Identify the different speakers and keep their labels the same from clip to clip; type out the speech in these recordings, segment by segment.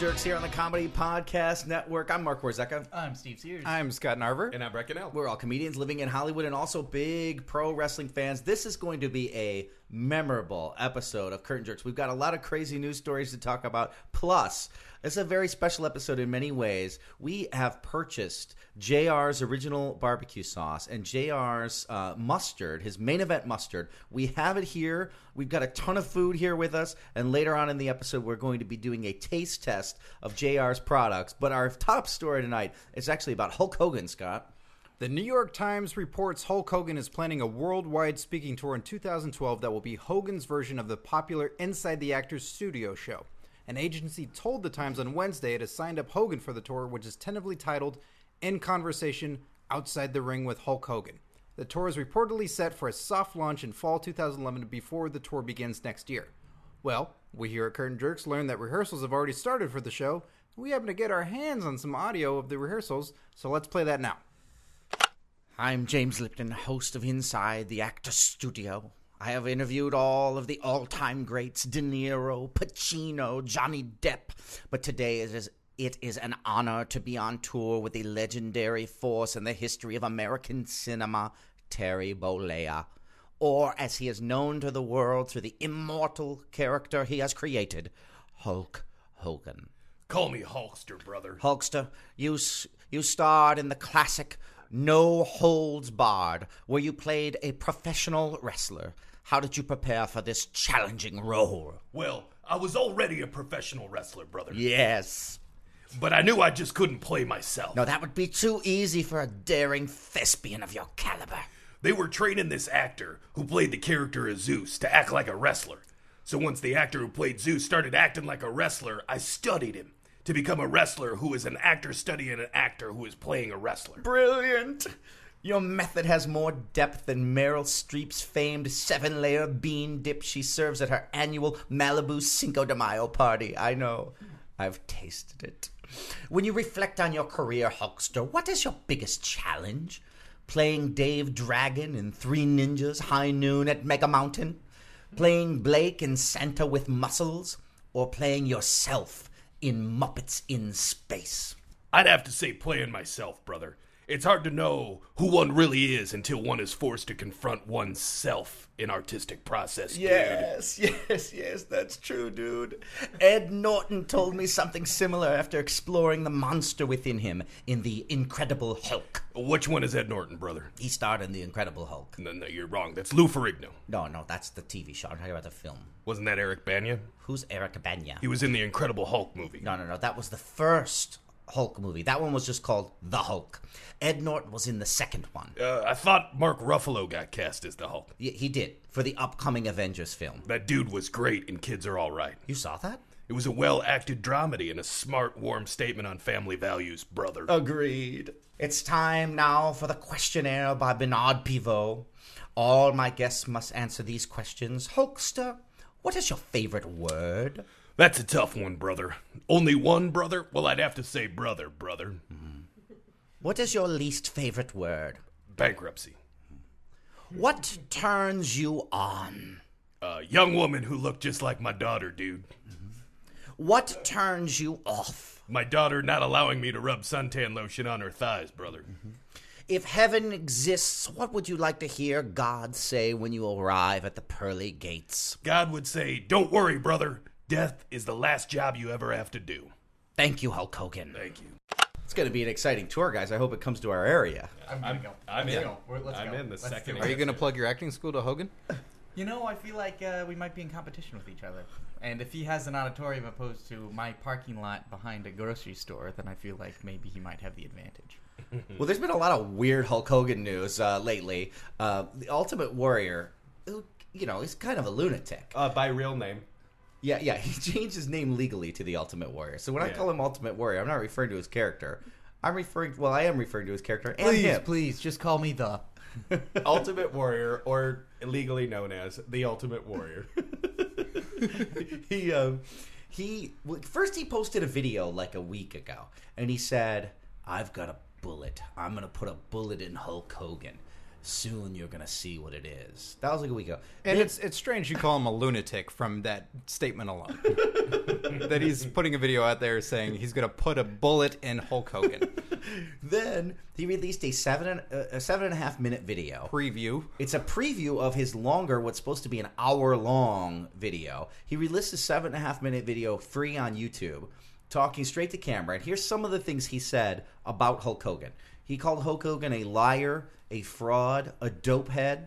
Speaker 1: Jerks here on the Comedy Podcast Network. I'm Mark Warzeka.
Speaker 2: I'm Steve Sears.
Speaker 3: I'm Scott Narver.
Speaker 4: And I'm Brecken L.
Speaker 1: We're all comedians living in Hollywood and also big pro wrestling fans. This is going to be a memorable episode of Curtain Jerks. We've got a lot of crazy news stories to talk about. Plus, it's a very special episode in many ways. We have purchased JR's original barbecue sauce and JR's uh, mustard, his main event mustard. We have it here. We've got a ton of food here with us. And later on in the episode, we're going to be doing a taste test of JR's products. But our top story tonight is actually about Hulk Hogan, Scott.
Speaker 3: The New York Times reports Hulk Hogan is planning a worldwide speaking tour in 2012 that will be Hogan's version of the popular Inside the Actors Studio show. An agency told the Times on Wednesday it has signed up Hogan for the tour, which is tentatively titled In Conversation Outside the Ring with Hulk Hogan. The tour is reportedly set for a soft launch in fall 2011 before the tour begins next year. Well, we here at Curtain Jerks learned that rehearsals have already started for the show. We happen to get our hands on some audio of the rehearsals, so let's play that now.
Speaker 1: I'm James Lipton, host of Inside the Actor Studio. I have interviewed all of the all time greats De Niro, Pacino, Johnny Depp, but today it is, it is an honor to be on tour with the legendary force in the history of American cinema, Terry Bollea, or as he is known to the world through the immortal character he has created, Hulk Hogan.
Speaker 4: Call me Hulkster, brother.
Speaker 1: Hulkster, you s- you starred in the classic No Holds Barred, where you played a professional wrestler. How did you prepare for this challenging role?
Speaker 4: Well, I was already a professional wrestler, brother.
Speaker 1: Yes.
Speaker 4: But I knew I just couldn't play myself.
Speaker 1: No, that would be too easy for a daring thespian of your caliber.
Speaker 4: They were training this actor who played the character of Zeus to act like a wrestler. So once the actor who played Zeus started acting like a wrestler, I studied him to become a wrestler who is an actor studying an actor who is playing a wrestler.
Speaker 1: Brilliant. Your method has more depth than Meryl Streep's famed seven layer bean dip she serves at her annual Malibu Cinco de Mayo party. I know. I've tasted it. When you reflect on your career, Hulkster, what is your biggest challenge? Playing Dave Dragon in Three Ninjas High Noon at Mega Mountain? Playing Blake in Santa with Muscles? Or playing yourself in Muppets in Space?
Speaker 4: I'd have to say playing myself, brother. It's hard to know who one really is until one is forced to confront oneself in artistic process, dude.
Speaker 1: Yes, yes, yes, that's true, dude. Ed Norton told me something similar after exploring the monster within him in The Incredible Hulk.
Speaker 4: Which one is Ed Norton, brother?
Speaker 1: He starred in The Incredible Hulk.
Speaker 4: No, no, you're wrong. That's Lou Ferrigno.
Speaker 1: No, no, that's the TV show. I'm talking about the film.
Speaker 4: Wasn't that Eric Banya?
Speaker 1: Who's Eric Banya?
Speaker 4: He was in the Incredible Hulk movie.
Speaker 1: No, no, no, that was the first Hulk movie. That one was just called The Hulk. Ed Norton was in the second one.
Speaker 4: Uh, I thought Mark Ruffalo got cast as the Hulk.
Speaker 1: Y- He did, for the upcoming Avengers film.
Speaker 4: That dude was great in Kids Are All Right.
Speaker 1: You saw that?
Speaker 4: It was a well acted dramedy and a smart, warm statement on family values, brother.
Speaker 1: Uh, Agreed. It's time now for the questionnaire by Bernard Pivot. All my guests must answer these questions. Hulkster, what is your favorite word?
Speaker 4: That's a tough one, brother. Only one, brother? Well, I'd have to say brother, brother.
Speaker 1: What is your least favorite word?
Speaker 4: Bankruptcy.
Speaker 1: What turns you on?
Speaker 4: A young woman who looked just like my daughter, dude.
Speaker 1: What turns you off?
Speaker 4: My daughter not allowing me to rub suntan lotion on her thighs, brother.
Speaker 1: If heaven exists, what would you like to hear God say when you arrive at the pearly gates?
Speaker 4: God would say, Don't worry, brother. Death is the last job you ever have to do.
Speaker 1: Thank you, Hulk Hogan.
Speaker 4: Thank you.
Speaker 1: It's going to be an exciting tour, guys. I hope it comes to our area.
Speaker 2: I'm gonna go.
Speaker 4: I'm
Speaker 2: Let's
Speaker 4: in.
Speaker 2: go. We're- let's
Speaker 4: I'm
Speaker 2: go.
Speaker 4: in the
Speaker 2: Let's
Speaker 4: second
Speaker 2: do
Speaker 3: Are
Speaker 2: it.
Speaker 3: you going to plug your acting school to Hogan?
Speaker 2: You know, I feel like uh, we might be in competition with each other. And if he has an auditorium opposed to my parking lot behind a grocery store, then I feel like maybe he might have the advantage.
Speaker 1: Well, there's been a lot of weird Hulk Hogan news uh, lately. Uh, the Ultimate Warrior, who you know, is kind of a lunatic.
Speaker 5: Uh, by real name.
Speaker 1: Yeah, yeah. He changed his name legally to the Ultimate Warrior. So when I call him Ultimate Warrior, I'm not referring to his character. I'm referring. Well, I am referring to his character and him.
Speaker 2: please, just call me the.
Speaker 5: Ultimate Warrior, or legally known as the Ultimate Warrior.
Speaker 1: he um he well, first he posted a video like a week ago and he said i've got a bullet i'm gonna put a bullet in hulk hogan soon you're gonna see what it is. That was like a week ago.
Speaker 3: And it's it's strange you call him a lunatic from that statement alone. that he's putting a video out there saying he's going to put a bullet in Hulk Hogan.
Speaker 1: Then he released a seven and, uh, a seven and a half minute video.
Speaker 3: Preview.
Speaker 1: It's a preview of his longer, what's supposed to be an hour long video. He released a seven and a half minute video free on YouTube, talking straight to camera. And here's some of the things he said about Hulk Hogan. He called Hulk Hogan a liar, a fraud, a dopehead.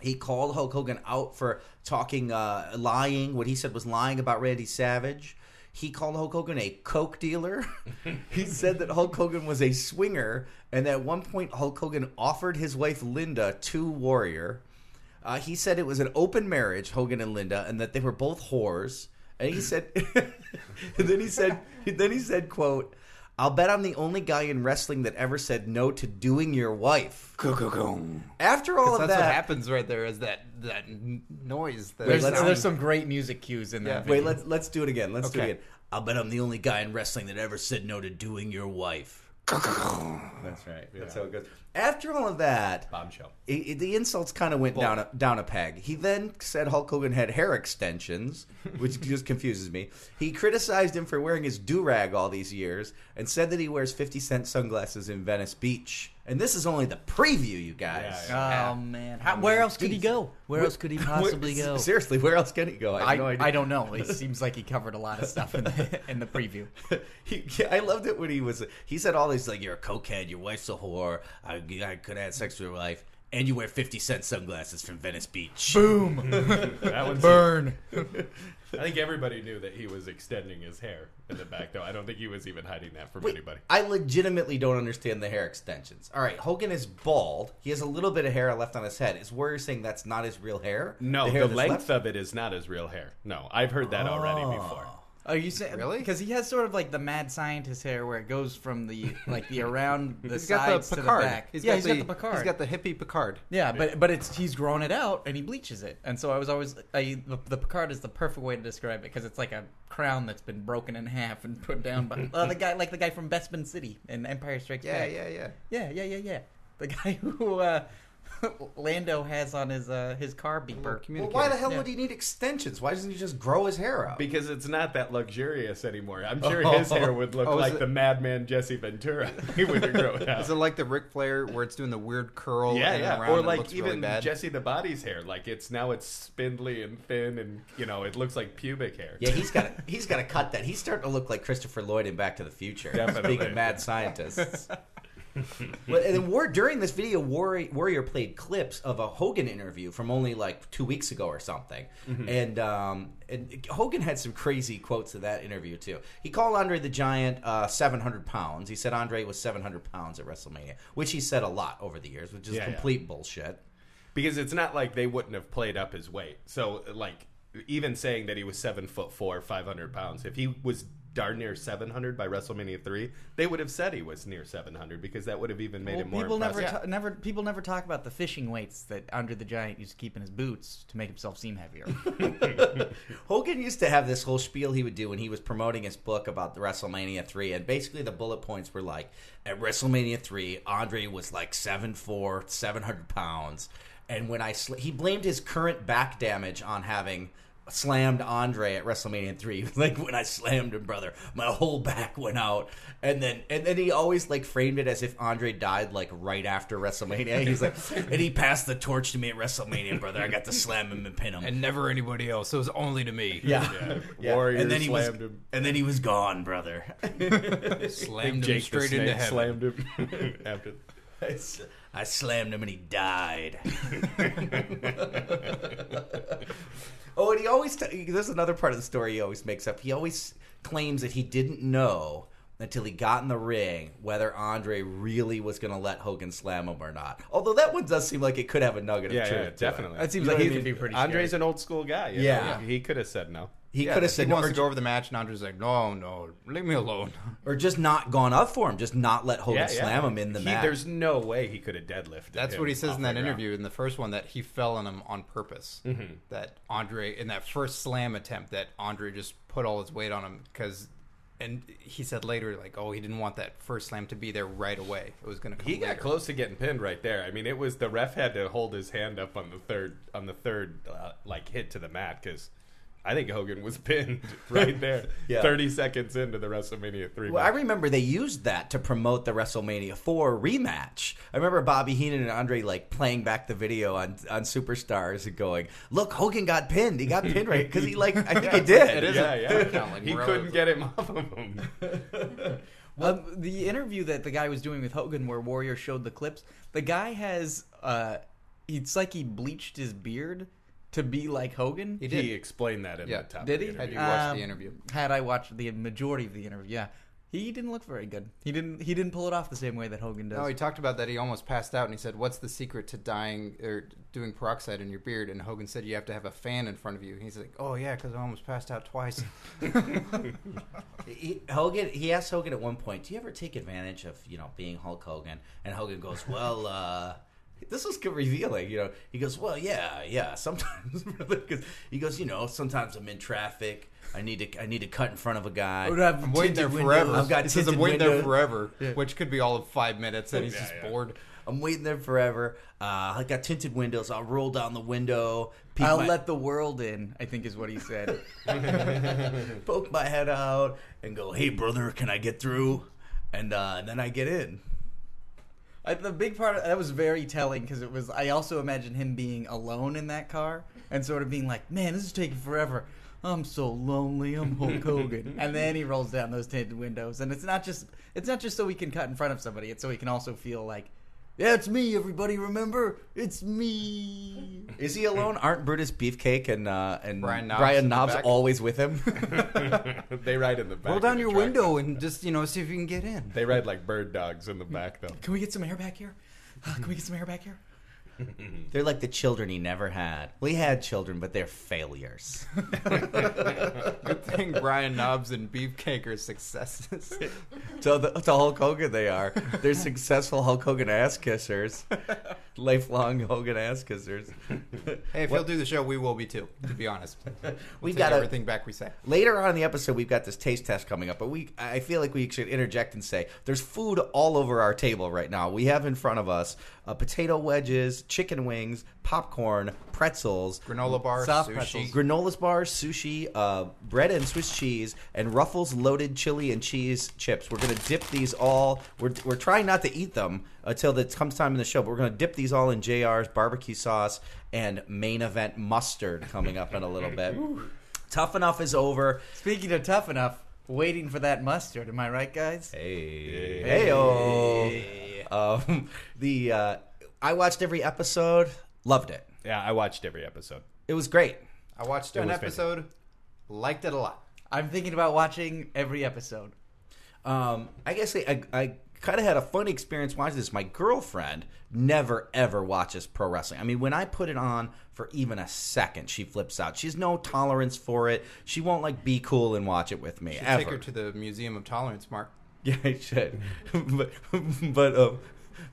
Speaker 1: He called Hulk Hogan out for talking, uh, lying, what he said was lying about Randy Savage. He called Hulk Hogan a coke dealer. he said that Hulk Hogan was a swinger, and at one point, Hulk Hogan offered his wife Linda to Warrior. Uh, he said it was an open marriage, Hogan and Linda, and that they were both whores. And he said, and then he said, then he said, "quote I'll bet I'm the only guy in wrestling that ever said no to doing your wife." After all of
Speaker 3: That's
Speaker 1: that,
Speaker 3: what happens right there is that that n- noise. That
Speaker 2: There's,
Speaker 1: let's-
Speaker 2: there's some great music cues in that.
Speaker 3: Yeah.
Speaker 2: video.
Speaker 1: Wait, let's let's do it again. Let's do it
Speaker 3: Okay.
Speaker 1: again. I'll bet I'm the only guy in wrestling that ever said no to doing your wife.
Speaker 5: That's right.
Speaker 1: That's how it goes. After all of that,
Speaker 5: Bombshell.
Speaker 1: i i- the insults kind of went down a, down a peg. He then said Hulk Hogan had hair extensions, which just confuses me. He criticized him for wearing his do rag all these years, and said that he wears fifty cent sunglasses in Venice Beach. And this is only the preview, you guys.
Speaker 2: Oh
Speaker 5: Yeah, yeah.
Speaker 2: man, How, where else could he go? Where else could he possibly
Speaker 1: Where-
Speaker 2: go?
Speaker 1: Seriously, where else can he go? I have
Speaker 2: I,
Speaker 1: no idea.
Speaker 2: I don't know. It seems like he covered a lot of stuff in the, in the preview.
Speaker 1: he, yeah, I loved it when he was. He said all these like, "You're a cokehead. Your wife's a whore. I, I could have had sex with your wife." And you wear fifty cent sunglasses from Venice Beach.
Speaker 5: That one's
Speaker 2: Burn.
Speaker 5: I think everybody knew that he was extending his hair in the back, though. I don't think he was even hiding that from
Speaker 1: Wait,
Speaker 5: anybody.
Speaker 1: I legitimately don't understand the hair extensions. All right, Hogan is bald. He has a little bit of hair left on his head. Is Warrior saying that's not his real hair?
Speaker 5: No,
Speaker 1: hair
Speaker 5: the,
Speaker 1: that's
Speaker 5: length
Speaker 1: left?
Speaker 5: of it is not his real hair. No, I've heard that
Speaker 4: Oh.
Speaker 5: already before.
Speaker 2: Are you saying
Speaker 3: Really?
Speaker 2: Because he has sort of like the mad scientist hair, where it goes from the like the around the
Speaker 3: he's got
Speaker 2: sides
Speaker 3: the
Speaker 2: to the
Speaker 3: Picard.
Speaker 2: back.
Speaker 3: He's
Speaker 2: yeah,
Speaker 3: got
Speaker 2: he's
Speaker 3: the,
Speaker 2: got the Picard.
Speaker 3: He's got the hippie Picard.
Speaker 2: yeah, but but it's he's grown it out and he bleaches it, and so I was always I, the, the Picard is the perfect way to describe it because it's like a crown that's been broken in half and put down by uh, the guy like the guy from Bespin City in Empire Strikes
Speaker 3: Yeah,
Speaker 2: Back.
Speaker 3: yeah, yeah.
Speaker 2: Yeah, yeah, yeah, yeah. The guy who uh, Lando has on his uh, his car
Speaker 1: Well,
Speaker 2: beeper.
Speaker 1: why the
Speaker 3: Communicator.
Speaker 1: hell
Speaker 2: Yeah.
Speaker 1: would he need extensions? Why doesn't he just grow his hair out?
Speaker 5: Because it's not that luxurious anymore. I'm sure his hair would look
Speaker 3: Oh, is
Speaker 5: like
Speaker 3: it-
Speaker 5: the madman Jesse Ventura. he would grow it out.
Speaker 3: Is it like the Ric Flair where it's doing the weird curl?
Speaker 5: yeah,
Speaker 3: and
Speaker 5: yeah.
Speaker 3: Around
Speaker 5: Or
Speaker 3: and
Speaker 5: like
Speaker 3: looks
Speaker 5: even
Speaker 3: really bad?
Speaker 5: Jesse the Body's hair. Like it's now it's spindly and thin, and you know it looks like pubic hair.
Speaker 1: Yeah, he's got he's got to cut that. He's starting to look like Christopher Lloyd in Back to the Future.
Speaker 5: Definitely.
Speaker 1: Speaking of mad scientists. but, and then war, during this video, Warrior, Warrior played clips of a Hogan interview from only like two weeks ago or something,
Speaker 5: Mm-hmm.
Speaker 1: and um, and Hogan had some crazy quotes in that interview too. He called Andre the Giant uh, seven hundred pounds. He said Andre was seven hundred pounds at WrestleMania, which he said a lot over the years, which is
Speaker 5: Yeah, yeah.
Speaker 1: complete bullshit.
Speaker 5: because it's not like they wouldn't have played up his weight. So like even saying that he was seven foot four, five hundred pounds, if he was darn near seven hundred by WrestleMania three, they would have said he was near seven hundred because that would have even made
Speaker 2: Well,
Speaker 5: it more.
Speaker 2: people never,
Speaker 5: impressive.
Speaker 2: ta- never, people never talk about the fishing weights that Andre the Giant used to keep in his boots to make himself seem heavier.
Speaker 1: Hogan used to have this whole spiel he would do when he was promoting his book about the WrestleMania 3, and basically the bullet points were like, at WrestleMania 3, Andre was like 7'4", 700 pounds, and when I sl- he blamed his current back damage on having slammed Andre at WrestleMania 3. He was like, when I slammed him, brother, my whole back went out. And then and then he always like framed it as if Andre died like right after WrestleMania. He's like, and he passed the torch to me at WrestleMania, brother. I got to slam him and pin him.
Speaker 3: and never anybody else. It was only to me.
Speaker 1: Yeah.
Speaker 5: Yeah. Warrior
Speaker 1: and then he
Speaker 5: slammed
Speaker 1: was,
Speaker 5: him.
Speaker 1: And then he was gone, brother.
Speaker 3: slammed him
Speaker 5: Jake the
Speaker 3: straight
Speaker 5: Snake
Speaker 3: into heaven.
Speaker 5: slammed him after.
Speaker 1: I s- I slammed him and he died. oh, and he always, t- there's another part of the story he always makes up. He always claims that he didn't know until he got in the ring whether Andre really was going to let Hogan slam him or not. Although that one does seem like it could have a nugget
Speaker 5: Yeah,
Speaker 1: of truth.
Speaker 5: yeah,
Speaker 1: to it.
Speaker 5: definitely.
Speaker 2: That seems
Speaker 5: You know
Speaker 2: like
Speaker 5: what
Speaker 2: he
Speaker 5: I
Speaker 2: could
Speaker 5: mean?
Speaker 2: be pretty
Speaker 5: Andre's an old school guy. you know?
Speaker 1: Yeah.
Speaker 5: he could have said no.
Speaker 1: He
Speaker 3: Yeah,
Speaker 1: could have
Speaker 3: he
Speaker 1: said, no,
Speaker 3: wants
Speaker 1: or,
Speaker 3: to go over the match, and Andre's like, "No, no, leave me alone."
Speaker 1: or just not gone up for him, just not let Hogan
Speaker 5: Yeah, yeah.
Speaker 1: slam him in the
Speaker 5: He-
Speaker 1: match.
Speaker 5: There's no way he could have deadlifted.
Speaker 3: That's
Speaker 5: him
Speaker 3: what he says
Speaker 5: off
Speaker 3: in that
Speaker 5: the ground.
Speaker 3: interview in the Mm-hmm. first one that he fell on him on purpose. That Andre in that first slam attempt that Andre just put all his weight on him because and he said later, like, oh, he didn't want that first slam to be there right away. It was going to come.
Speaker 5: He got
Speaker 3: later.
Speaker 5: close to getting pinned right there. I mean, it was the ref had to hold his hand up on the third on the third uh, like hit to the mat because I think Hogan was pinned right there,
Speaker 1: Yeah.
Speaker 5: thirty seconds into the WrestleMania three.
Speaker 1: Well, I
Speaker 5: match.
Speaker 1: remember they used that to promote the WrestleMania 4 rematch. I remember Bobby Heenan and Andre like playing back the video on on Superstars and going, "Look, Hogan got pinned. He got pinned right because he like I think he did."
Speaker 3: It is
Speaker 5: yeah,
Speaker 3: a-
Speaker 5: yeah.
Speaker 3: Count like
Speaker 5: he
Speaker 3: Morello.
Speaker 5: couldn't get him off of him.
Speaker 2: Um, the interview that the guy was doing with Hogan, where Warrior showed the clips, the guy has uh, it's like he bleached his beard to be like Hogan.
Speaker 5: He, explained that in
Speaker 3: Yeah.
Speaker 5: the top.
Speaker 2: Did he?
Speaker 5: of the
Speaker 3: Had
Speaker 5: interview.
Speaker 3: you watched the interview?
Speaker 2: Had I watched the majority of the interview? Yeah, he didn't look very good. He didn't. He didn't pull it off the same way that Hogan does.
Speaker 3: No, he talked about that. He almost passed out, and he said, "What's the secret to dying or doing peroxide in your beard?" And Hogan said, "You have to have a fan in front of you." And he's like, "Oh yeah, because I almost passed out twice."
Speaker 1: He, Hogan he asked Hogan at one point, "Do you ever take advantage of, you know, being Hulk Hogan?" And Hogan goes, "Well, uh this was good revealing, you know. He goes, "Well, yeah, yeah, sometimes because he goes, you know, sometimes I'm in traffic. I need to I need to cut in front of a guy.
Speaker 3: I'm waiting there
Speaker 1: Tinted
Speaker 3: forever.
Speaker 1: windows. I've got
Speaker 3: he says, "I'm
Speaker 1: tinted
Speaker 3: waiting there
Speaker 1: windows."
Speaker 3: forever," which could be all of five minutes, and he's just bored.
Speaker 1: I'm waiting there forever. Uh, I got tinted windows. I'll roll down the window, peek
Speaker 2: I'll
Speaker 1: my,
Speaker 2: let the world in. I think is what he said.
Speaker 1: poke my head out, and go, "Hey, brother, can I get through?" And uh, then I get in.
Speaker 2: I, the big part of, that was very telling because it was. I also imagine him being alone in that car and sort of being like, "Man, this is taking forever. I'm so lonely. I'm Hulk Hogan." and then he rolls down those tinted windows, and it's not just it's not just so he can cut in front of somebody. It's so he can also feel like, "Yeah, it's me. Everybody, remember, it's me."
Speaker 1: Is he alone? Aren't Brutus Beefcake and uh, and
Speaker 3: Brian Knobs
Speaker 1: Brian
Speaker 3: in the
Speaker 1: Knobs
Speaker 3: back?
Speaker 1: always with him?
Speaker 5: they ride in the back.
Speaker 3: Roll
Speaker 5: of
Speaker 3: down
Speaker 5: the
Speaker 3: your
Speaker 5: truck.
Speaker 3: window and just you know see if you can get in.
Speaker 5: They ride like bird dogs in the back though.
Speaker 2: Can we get some air back here? Can we get some air back here?
Speaker 1: they're like the children he never had. Well, he had children, but they're failures.
Speaker 3: Good thing Brian Knobs and Beefcake are successes.
Speaker 1: to, the, to Hulk Hogan, they are. They're successful Hulk Hogan ass kissers, lifelong Hogan ass kissers.
Speaker 3: hey, if you'll do the show, we will be too. To be honest,
Speaker 1: We
Speaker 3: Take
Speaker 1: gotta-
Speaker 3: everything back we say.
Speaker 1: Later on in the episode, we've got this taste test coming up, but we I feel like we should interject and say there's food all over our table right now. We have in front of us uh, potato wedges, chicken wings, popcorn, pretzels,
Speaker 3: Granola bar,
Speaker 2: Soft
Speaker 3: sushi.
Speaker 2: pretzels.
Speaker 1: granolas bars, sushi, uh, bread and Swiss cheese, and Ruffles loaded chili and cheese chips. We're gonna dip these all. We're, we're trying not to eat them until it comes time in the show, but we're gonna dip these all in Jr's barbecue sauce and main event mustard coming up in a little bit. Tough enough is over.
Speaker 2: Speaking of tough enough, waiting for that mustard. Am I right, guys?
Speaker 1: Hey, hey, um, the uh, I watched every episode, loved it.
Speaker 5: Yeah, I watched every episode.
Speaker 1: It was great.
Speaker 3: I watched an
Speaker 5: was
Speaker 3: episode, liked it a lot.
Speaker 2: I'm thinking about watching every episode.
Speaker 1: Um, I guess I, I, I kind of had a fun experience watching this. My girlfriend never ever watches pro wrestling. I mean, when I put it on for even a second, she flips out. She's no tolerance for it. She won't like be cool and watch it with me ever.
Speaker 3: Take her to the Museum of Tolerance, Mark.
Speaker 1: Yeah, I should. but but um,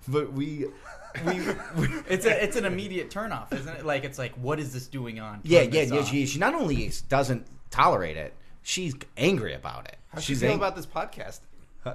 Speaker 1: but we we. we
Speaker 2: It's a it's an immediate turnoff, isn't it? Like it's like, what is this doing on? Turn
Speaker 1: Yeah, yeah,
Speaker 2: this
Speaker 1: yeah.
Speaker 2: off.
Speaker 1: She, she not only is- doesn't tolerate it, she's angry about it.
Speaker 3: How
Speaker 1: she's
Speaker 3: do you feel
Speaker 1: ang-
Speaker 3: about this podcast?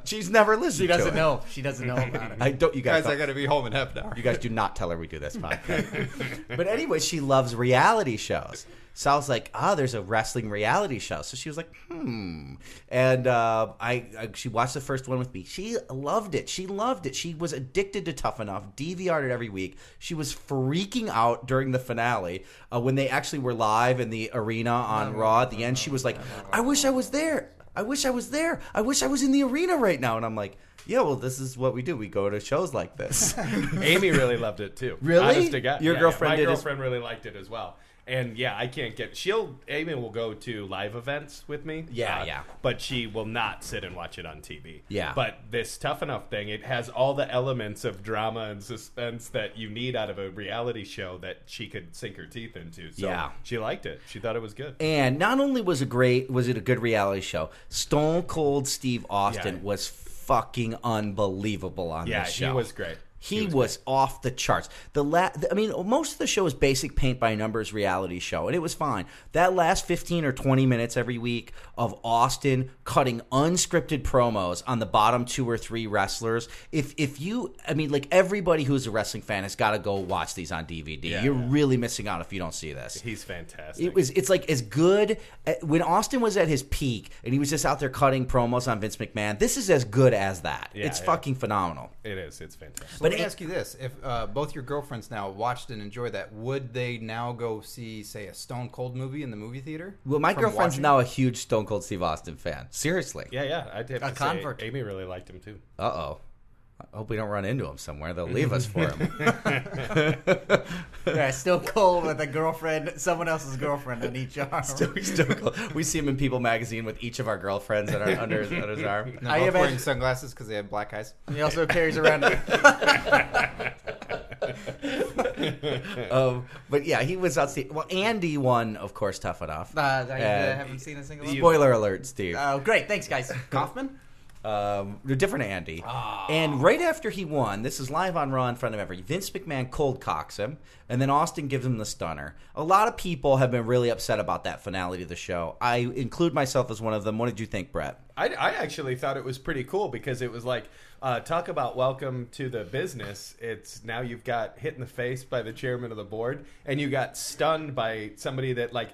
Speaker 1: She's never listened.
Speaker 2: She
Speaker 1: to
Speaker 2: doesn't
Speaker 1: it.
Speaker 2: know. She doesn't know about it.
Speaker 1: I don't. You guys,
Speaker 3: Guys, I gotta be home in half an hour.
Speaker 1: you guys do not tell her we do this podcast. but anyway, she loves reality shows. So I was like, ah, there's a wrestling reality show. So she was like, hmm. And uh, I, I, she watched the first one with me. She loved it. She loved it. She was addicted to Tough Enough, DVR'd it every week. She was freaking out during the finale uh, when they actually were live in the arena on Raw at the end. She was like, I wish I was there. I wish I was there. I wish I was in the arena right now. And I'm like, yeah, well, this is what we do. We go to shows like this.
Speaker 5: Amy really loved it too.
Speaker 1: Really?
Speaker 5: Honest to God.
Speaker 1: Your
Speaker 5: Yeah,
Speaker 1: girlfriend
Speaker 5: yeah.
Speaker 1: did
Speaker 5: My
Speaker 1: as-
Speaker 5: girlfriend really liked it as well. And yeah, I can't get. She'll Amy will go to live events with me. Uh,
Speaker 1: Yeah, yeah.
Speaker 5: But she will not sit and watch it on TV.
Speaker 1: Yeah.
Speaker 5: But this tough enough thing, it has all the elements of drama and suspense that you need out of a reality show that she could sink her teeth into. So
Speaker 1: Yeah.
Speaker 5: she liked it. She thought it was good.
Speaker 1: And not only was it great, was it a good reality show. Stone Cold Steve Austin
Speaker 5: Yeah.
Speaker 1: was fucking unbelievable on
Speaker 5: yeah,
Speaker 1: this show.
Speaker 5: she was great.
Speaker 1: He, was, off the charts. The la- I mean, most of the show is basic paint by numbers reality show, and it was fine. That last fifteen or twenty minutes every week of Austin cutting unscripted promos on the bottom two or three wrestlers. If if you, I mean, like everybody who's a wrestling fan has got to go watch these on DVD. You're really missing out if you don't see this.
Speaker 5: He's fantastic.
Speaker 1: It was. It's like as good uh, when Austin was at his peak, and he was just out there cutting promos on Vince McMahon. This is as good as that.
Speaker 5: Yeah,
Speaker 1: it's
Speaker 5: yeah.
Speaker 1: fucking phenomenal.
Speaker 5: It is. It's fantastic.
Speaker 3: So but let me
Speaker 1: it-
Speaker 3: ask you this: If uh, both your girlfriends now watched and enjoyed that, would they now go see, say, a Stone Cold movie in the movie theater?
Speaker 1: Well, my
Speaker 3: From
Speaker 1: girlfriend's
Speaker 3: watching?
Speaker 1: now a huge Stone Cold Steve Austin fan. Seriously.
Speaker 5: Yeah, yeah. I did.
Speaker 2: A
Speaker 5: A
Speaker 2: convert.
Speaker 5: convert. Amy really liked him too.
Speaker 1: Uh oh. I hope we don't run into him somewhere. They'll leave us for him.
Speaker 2: Yeah, still cold with a girlfriend, someone else's girlfriend on each arm.
Speaker 1: Stone Cold. We see him in People magazine with each of our girlfriends that are under his, under his arm.
Speaker 3: And they're
Speaker 2: I
Speaker 3: both wearing
Speaker 2: imagine-
Speaker 3: sunglasses because they have black eyes.
Speaker 2: he also carries around a Uh,
Speaker 1: Um, but yeah, he was out. Well, Andy won, of course, tough enough.
Speaker 2: Uh, I uh,
Speaker 1: And-
Speaker 2: haven't seen a single one.
Speaker 1: Spoiler alert, Steve.
Speaker 2: Oh, great. Thanks, guys. Kaufman?
Speaker 1: um, a different Andy.
Speaker 2: Ah.
Speaker 1: And right after he won, this is live on Raw in front of every Vince McMahon cold cocks him, and then Austin gives him the stunner. A lot of people have been really upset about that finality of the show. I include myself as one of them. What did you think, Brett?
Speaker 5: I, I actually thought it was pretty cool because it was like, uh, talk about welcome to the business. It's now you've got hit in the face by the chairman of the board, and you got stunned by somebody that like.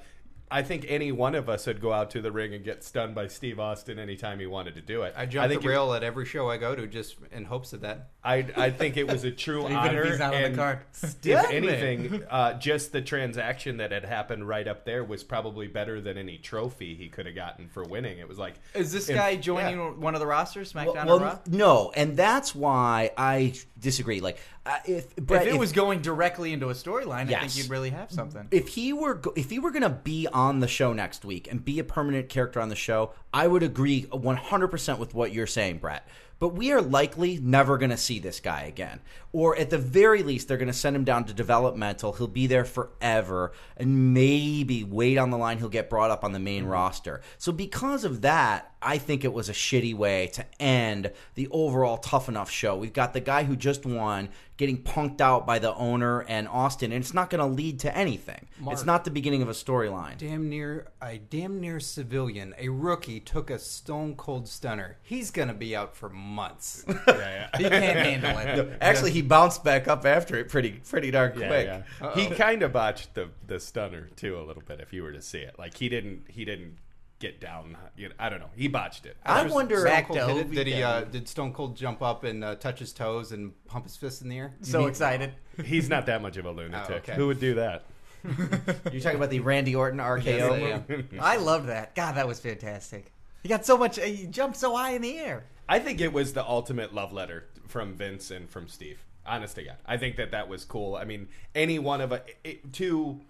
Speaker 5: I think any one of us would go out to the ring and get stunned by Steve Austin anytime he wanted to do it.
Speaker 3: I jump
Speaker 5: think
Speaker 3: the
Speaker 5: it-
Speaker 3: rail at every show I go to just in hopes of that.
Speaker 5: I, I think it was a true
Speaker 2: Even if
Speaker 5: honor.
Speaker 2: he's not on the
Speaker 5: and
Speaker 2: card.
Speaker 5: Did
Speaker 3: Yeah,
Speaker 5: anything? Uh, just the transaction that had happened right up there was probably better than any trophy he could have gotten for winning. It was like
Speaker 2: Is this
Speaker 5: if-
Speaker 2: guy joining
Speaker 5: yeah.
Speaker 2: one of the rosters, SmackDown
Speaker 1: Well,
Speaker 2: or Raw?
Speaker 1: no, and that's why I disagree. Like, uh, if Brett,
Speaker 2: If it was going directly into a storyline, I think
Speaker 1: Yes.
Speaker 2: you'd really have something.
Speaker 1: if he were go- if he were going to be on the show next week and be a permanent character on the show, I would agree 100% with what you're saying, Brett. But we are likely never going to see this guy again. Or at the very least they're going to send him down to developmental. He'll be there forever and maybe wait on the line he'll get brought up on the main roster. So because of that, I think it was a shitty way to end the overall tough enough show. We've got the guy who just won getting punked out by the owner and Austin, and it's not going to lead to anything. It's not the beginning of a storyline.
Speaker 3: Damn near a damn near civilian, a rookie took a Stone Cold stunner. He's gonna be out for months.
Speaker 5: Yeah, yeah.
Speaker 2: He can't handle it.
Speaker 1: Actually, he bounced back up after it pretty pretty darn
Speaker 5: Yeah,
Speaker 1: quick.
Speaker 5: yeah. He kind of botched the the stunner too a little bit. If you were to see it, like he didn't he didn't get down. You know, I don't know. He botched it.
Speaker 1: I wonder.
Speaker 3: Stone
Speaker 2: Back
Speaker 3: Cold
Speaker 2: to
Speaker 3: hit it.
Speaker 2: Ovi
Speaker 3: Did he?
Speaker 2: then.
Speaker 3: Uh, did Stone Cold jump up and uh, touch his toes and pump his fist in the air?
Speaker 2: So excited.
Speaker 5: He's not that much of a lunatic.
Speaker 3: Oh, okay.
Speaker 5: Who would do that?
Speaker 1: You're talking about the Randy Orton RKO.
Speaker 3: Yes, I
Speaker 1: move?
Speaker 3: am.
Speaker 2: I loved that. God, that was fantastic. He got so much, he jumped so high in the air.
Speaker 5: I think it was the ultimate love letter from Vince and from Steve. Honest to God, I think that that was cool. I mean, any one of a it, to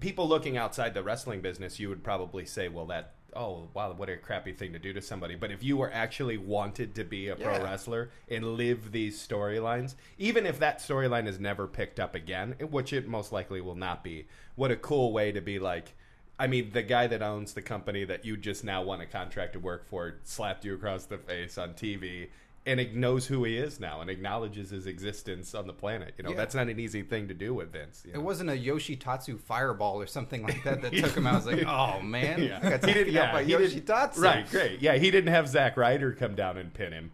Speaker 5: people looking outside the wrestling business, you would probably say, "Well, that oh wow, what a crappy thing to do to somebody." But if you were actually wanted to be a pro
Speaker 3: Yeah.
Speaker 5: wrestler and live these storylines, even if that storyline is never picked up again, which it most likely will not be, what a cool way to be like. I mean, the guy that owns the company that you just now won a contract to work for slapped you across the face on TV and it knows who he is now and acknowledges his existence on the planet. You know,
Speaker 3: Yeah.
Speaker 5: that's not an easy thing to do with Vince. you
Speaker 3: It
Speaker 5: know?
Speaker 3: wasn't a Yoshitatsu fireball or something like that that took him out. I was like, oh man,
Speaker 5: Yeah.
Speaker 3: I got
Speaker 5: He didn't-
Speaker 3: taken
Speaker 5: yeah,
Speaker 3: out by
Speaker 5: he didn't-
Speaker 3: Yoshitatsu.
Speaker 5: Right, great. Yeah, he didn't have Zack Ryder come down and pin him.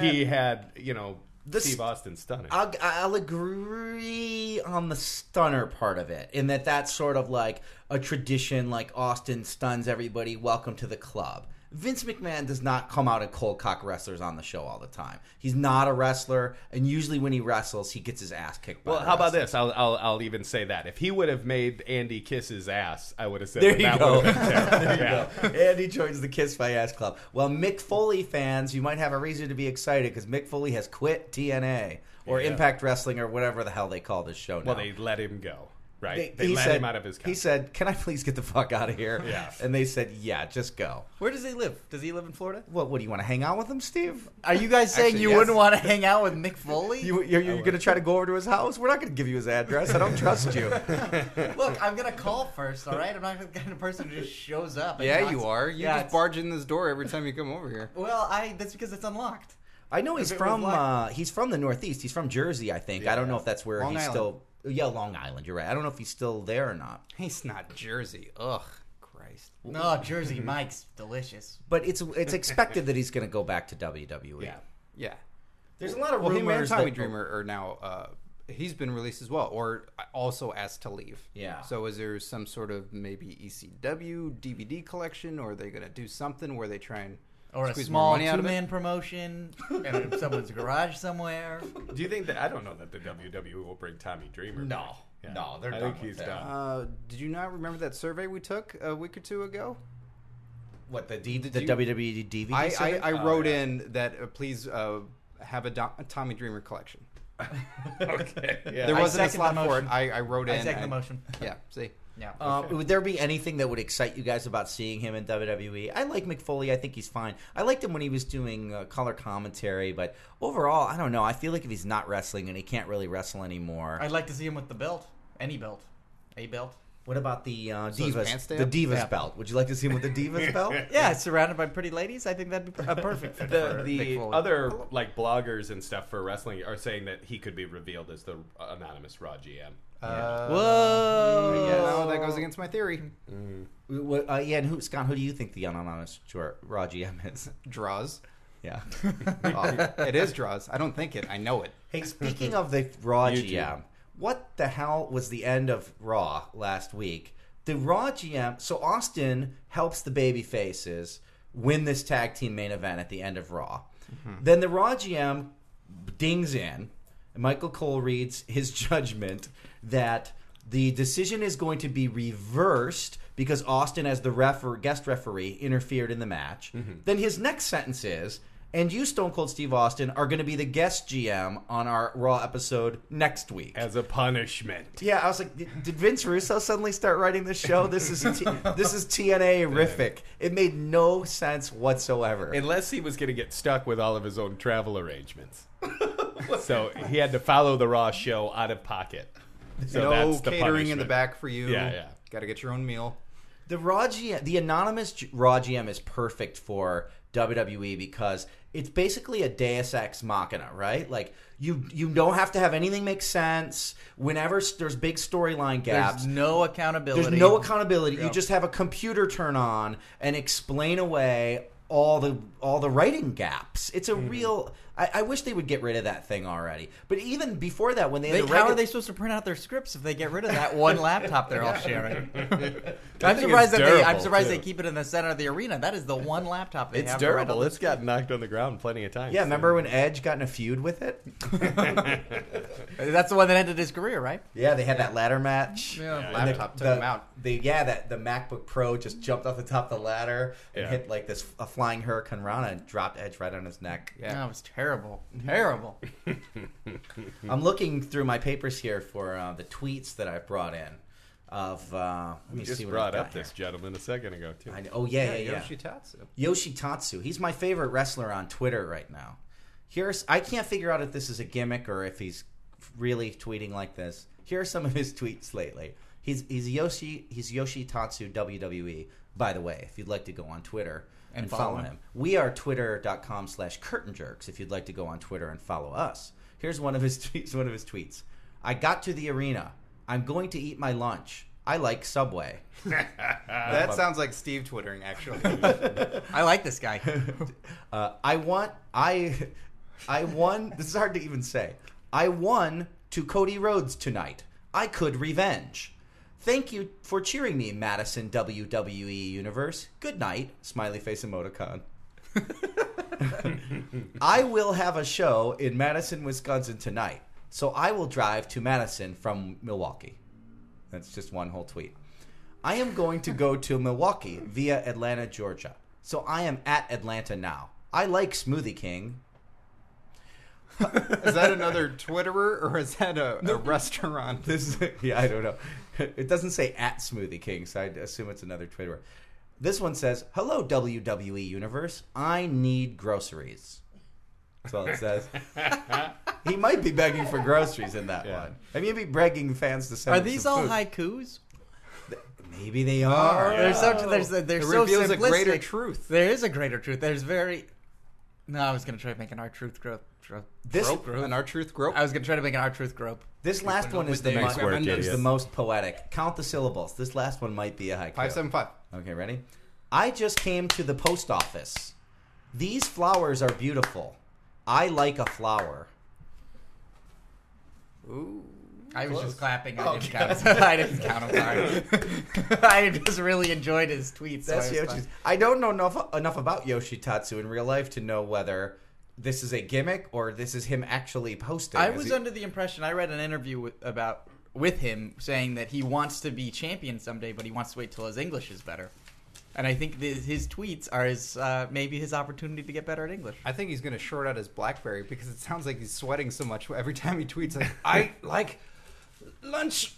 Speaker 5: he had, you know,
Speaker 1: this-
Speaker 5: Steve Austin stunning.
Speaker 1: I'll, I'll agree on the stunner part of it, in that that's sort of like a tradition, like Austin stuns everybody, welcome to the club. Vince McMahon does not come out and cold cock wrestlers on the show all the time. He's not a wrestler, and usually when he wrestles, he gets his ass kicked. by
Speaker 5: well,
Speaker 1: the
Speaker 5: how about
Speaker 1: wrestler.
Speaker 5: this? I'll, I'll I'll even say that if he would have made Andy kiss his ass, I would have said
Speaker 1: There
Speaker 5: that
Speaker 1: you
Speaker 5: that
Speaker 1: go.
Speaker 5: would have been terrible. Yeah.
Speaker 1: Andy joins the Kiss My Ass Club. Well, Mick Foley fans, you might have a reason to be excited because Mick Foley has quit TNA or
Speaker 5: Yeah.
Speaker 1: Impact Wrestling or whatever the hell they call this show now.
Speaker 5: Well, they let him go. Right? They,
Speaker 1: he
Speaker 5: let
Speaker 1: said-
Speaker 5: him out of his.
Speaker 1: He said, "Can I please get the fuck out of here?"
Speaker 5: Yeah.
Speaker 1: And they said, "Yeah, just go."
Speaker 2: Where does he live? Does he live in Florida?
Speaker 1: What? What do you want to hang out with him, Steve?
Speaker 2: Are you guys saying
Speaker 3: Actually,
Speaker 2: you
Speaker 3: yes.
Speaker 2: wouldn't want to hang out with Mick Foley?
Speaker 1: You, you're you're going to try to go over to his house? We're not going to give you his address. I don't trust you.
Speaker 2: Look, I'm gonna call first, all right? I'm not the kind of person who just shows up. and
Speaker 3: Yeah,
Speaker 2: knocks-
Speaker 3: you are. You
Speaker 2: Yeah,
Speaker 3: just
Speaker 2: it's-
Speaker 3: barge in this door every time you come over here.
Speaker 2: Well, I that's because it's unlocked.
Speaker 1: I know he's
Speaker 3: it was
Speaker 1: from
Speaker 3: like-
Speaker 1: uh, he's from the Northeast. He's from Jersey, I think. I don't know if that's where
Speaker 3: Long
Speaker 1: he's
Speaker 3: Island.
Speaker 1: still. Yeah, Long Island. You're right. I don't know if he's still there or not.
Speaker 3: He's not Jersey. Ugh, Christ.
Speaker 2: No, Oh, Jersey Mike's delicious.
Speaker 1: But it's it's expected that he's going to go back to E. WWE.
Speaker 5: Yeah.
Speaker 3: Yeah.
Speaker 1: There's a lot of
Speaker 3: Well, him and
Speaker 1: rumors.
Speaker 3: Tommy
Speaker 1: that-
Speaker 3: Dreamer are now. Uh, he's been released as well, or also asked to leave.
Speaker 1: Yeah.
Speaker 3: So is there some sort of maybe E ECW DVD collection, or are they going to do something where they try and
Speaker 2: Or a
Speaker 3: squeeze
Speaker 2: small
Speaker 3: more money out of it?
Speaker 2: two-man promotion in someone's garage somewhere.
Speaker 5: Do you think that I don't know that the WWE will bring Tommy Dreamer?
Speaker 1: No.
Speaker 5: back.
Speaker 1: No, they're
Speaker 5: I
Speaker 1: done
Speaker 5: think
Speaker 1: with
Speaker 5: he's
Speaker 1: that.
Speaker 5: done.
Speaker 3: Uh, did you not remember that survey we took a week or two ago?
Speaker 1: What the D, the
Speaker 3: you-
Speaker 1: WWE DVD?
Speaker 3: I, I,
Speaker 1: survey?
Speaker 3: I
Speaker 2: Oh,
Speaker 3: wrote in that uh, please uh, have a, Do- a Tommy Dreamer collection.
Speaker 5: okay. Yeah.
Speaker 3: There
Speaker 2: I
Speaker 3: wasn't a
Speaker 2: second the
Speaker 3: slot for it.
Speaker 2: motion.
Speaker 3: I, I wrote
Speaker 2: I
Speaker 3: in.
Speaker 2: second the
Speaker 3: and-
Speaker 2: motion. Uh,
Speaker 3: Yeah, see.
Speaker 2: Yeah.
Speaker 1: Um, Would there be anything that would excite you guys about seeing him in WWE? I like McFoley. I think he's fine. I liked him when he was doing uh, color commentary, but overall, I don't know. I feel like if he's not wrestling and he can't really wrestle anymore.
Speaker 2: I'd like to see him with the belt. Any belt. A belt.
Speaker 1: what about the uh,
Speaker 3: his
Speaker 1: Divas?
Speaker 3: pants stay
Speaker 1: the
Speaker 3: up?
Speaker 1: Divas
Speaker 2: Yeah.
Speaker 1: belt. Would you like to see him with the Divas belt?
Speaker 2: Yeah, surrounded by pretty ladies. I think that'd be per- a perfect fit
Speaker 5: the
Speaker 2: for Mick
Speaker 5: the
Speaker 2: Foley.
Speaker 5: other like bloggers and stuff for wrestling are saying that he could be revealed as the anonymous Raw GM.
Speaker 3: Uh,
Speaker 1: Whoa.
Speaker 3: Yeah, no, that goes against my theory.
Speaker 1: What- uh, yeah, and who, Scott, who do you think the anonymous Jor- Raw GM is?
Speaker 3: Draws.
Speaker 1: Yeah.
Speaker 3: Uh, it is draws. I don't think it. I know it.
Speaker 1: hey, speaking of the Raw
Speaker 5: You too.
Speaker 1: GM, what the hell was the end of Raw last week? The Raw GM, so Austin helps the baby faces win this tag team main event at the end of Raw.
Speaker 5: Mm-hmm.
Speaker 1: Then the Raw GM dings in, and Michael Cole reads his judgment that the decision is going to be reversed because Austin, as the refer- guest referee, interfered in the match. Then his next sentence is, and you, Stone Cold Steve Austin, are going to be the guest GM on our Raw episode next week.
Speaker 5: As a punishment.
Speaker 1: yeah, I was like, did did Vince Russo suddenly start writing this show? This is t- this is TNA rific. It made no sense whatsoever.
Speaker 5: Unless he was going to get stuck with all of his own travel arrangements. so he had to follow the Raw show out of pocket. So
Speaker 3: no
Speaker 5: that's the
Speaker 3: catering in the
Speaker 5: punishment.
Speaker 3: back for you.
Speaker 5: Yeah, yeah.
Speaker 3: Got to get your own meal.
Speaker 1: The raw GM, the anonymous G- raw GM is perfect for WWE because it's basically a Deus Ex Machina, right? Like you you don't have to have anything make sense. Whenever s- there's big storyline gaps,
Speaker 2: There's no accountability.
Speaker 1: there's no accountability. You
Speaker 2: Yeah.
Speaker 1: just have a computer turn on and explain away all the all the writing gaps. It's
Speaker 2: Mm-hmm.
Speaker 1: a real. I, I wish they would get rid of that thing already. But even before that, when they,
Speaker 2: They,
Speaker 1: had the
Speaker 2: how are
Speaker 1: regu-
Speaker 2: they supposed to print out their scripts if they get rid of that one laptop they're all sharing?
Speaker 5: That
Speaker 2: I'm
Speaker 5: thing is
Speaker 2: surprised that they. I'm
Speaker 5: durable,
Speaker 2: surprised
Speaker 5: too.
Speaker 2: they keep it in the center of the arena. That is the one laptop they
Speaker 5: It's
Speaker 2: have.
Speaker 5: durable. It's gotten knocked on the ground plenty of times.
Speaker 1: yeah, remember when Edge got in a feud with it?
Speaker 2: That's the one that ended his career, right?
Speaker 1: Yeah, they had that ladder match.
Speaker 2: Yeah.
Speaker 5: Yeah.
Speaker 1: And the-
Speaker 3: Laptop took
Speaker 1: the,
Speaker 3: him out.
Speaker 1: The, yeah, that the MacBook Pro just jumped off the top of the ladder and
Speaker 5: Yeah.
Speaker 1: hit like this a flying hurricane Rana and dropped Edge right on his neck.
Speaker 3: Yeah.
Speaker 2: No, it was terrible. Terrible.
Speaker 1: I'm looking through my papers here for uh, the tweets that I brought in. Of uh, let me
Speaker 5: You just
Speaker 1: see what
Speaker 5: brought
Speaker 1: I've got
Speaker 5: up this
Speaker 1: here.
Speaker 5: gentleman a second ago, too.
Speaker 1: I know- oh yeah, yeah, yeah.
Speaker 5: Uh,
Speaker 3: Yoshitatsu.
Speaker 1: Yoshitatsu. He's my favorite wrestler on Twitter right now. Here's I can't figure out if this is a gimmick or if he's really tweeting like this. Here are some of his tweets lately. He's he's Yoshi he's Yoshitatsu WWE. By the way, if you'd like to go on Twitter and,
Speaker 2: And
Speaker 1: follow,
Speaker 2: follow
Speaker 1: him.
Speaker 2: him.
Speaker 1: we are twitter.com slash curtain jerks. If you'd like to go on Twitter and follow us, here's one of his tweets. One of his tweets. I got to the arena. I'm going to eat my lunch. I like Subway.
Speaker 3: That sounds like Steve twittering, actually.
Speaker 2: I like this guy.
Speaker 1: Uh, I want I I won. This is hard to even say. I won to Cody Rhodes tonight. I could revenge. Thank you for cheering me, Madison WWE Universe. Good night, smiley face emoticon. I will have a show in Madison, Wisconsin tonight, so I will drive to Madison from Milwaukee. That's just one whole tweet. I am going to go to Milwaukee via Atlanta, Georgia. So I am at Atlanta now. I like Smoothie King.
Speaker 3: is that another Twitterer or is that a, a restaurant?
Speaker 1: This, yeah, I don't know. It doesn't say at Smoothie King, so I assume it's another Twitterer. This one says, "Hello WWE Universe. I need groceries." That's all it says. he might be begging for groceries in that
Speaker 5: Yeah.
Speaker 1: one. I mean, he'd be begging fans to send.
Speaker 2: Are
Speaker 1: him
Speaker 2: these
Speaker 1: some
Speaker 2: all
Speaker 1: food.
Speaker 2: haikus?
Speaker 1: Maybe they are.
Speaker 2: They're so they're, they're
Speaker 3: It
Speaker 2: so
Speaker 3: reveals a
Speaker 2: simplistic.
Speaker 3: greater truth.
Speaker 2: There is a greater truth. There's very No, I was gonna try to make an R Truth grope. grope.
Speaker 1: This-
Speaker 2: grope, grope.
Speaker 3: And our truth grope.
Speaker 2: I was gonna try to make an R Truth grope.
Speaker 1: This last one is the,
Speaker 5: Nice
Speaker 1: mo-
Speaker 5: work,
Speaker 1: is the
Speaker 5: idiot.
Speaker 1: most poetic. Count the syllables. This last one might be a haiku.
Speaker 3: Five seven five.
Speaker 1: Okay, ready? I just came to the post office. These flowers are beautiful. I like a flower.
Speaker 2: I was just clapping.
Speaker 1: Oh,
Speaker 2: I didn't count. I didn't count. I'm sorry. I just really enjoyed his tweets. so
Speaker 1: That's
Speaker 2: I was
Speaker 1: Yoshi's.
Speaker 2: fine.
Speaker 1: I don't know enough enough about Yoshitatsu in real life to know whether this is a gimmick or this is him actually posting.
Speaker 2: I
Speaker 1: Is
Speaker 2: was
Speaker 1: he-
Speaker 2: under the impression I read an interview with, about with him saying that he wants to be champion someday, but he wants to wait till his English is better. And I think th- his tweets are his uh, maybe his opportunity to get better at English.
Speaker 3: I think he's gonna short out his BlackBerry because it sounds like he's sweating so much every time he tweets. Like, I like lunch,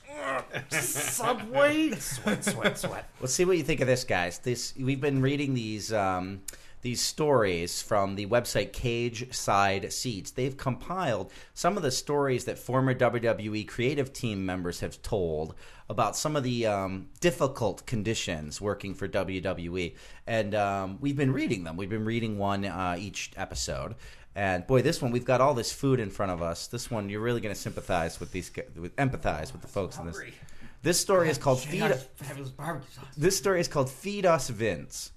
Speaker 3: Subway, sweat, sweat, sweat.
Speaker 1: Let's see what you think of this, guys. This we've been reading these um, these stories from the website Cage Side Seats. They've compiled some of the stories that former WWE creative team members have told about some of the um, difficult conditions working for WWE, and um, we've been reading them. We've been reading one uh, each episode. And boy, this one we've got all this food in front of us. This one you're really going to sympathize with these, g- with empathize with the folks in this. This story is called Feed
Speaker 2: Fabulous barbecue sauce.
Speaker 1: this story is called Feed Us Vince.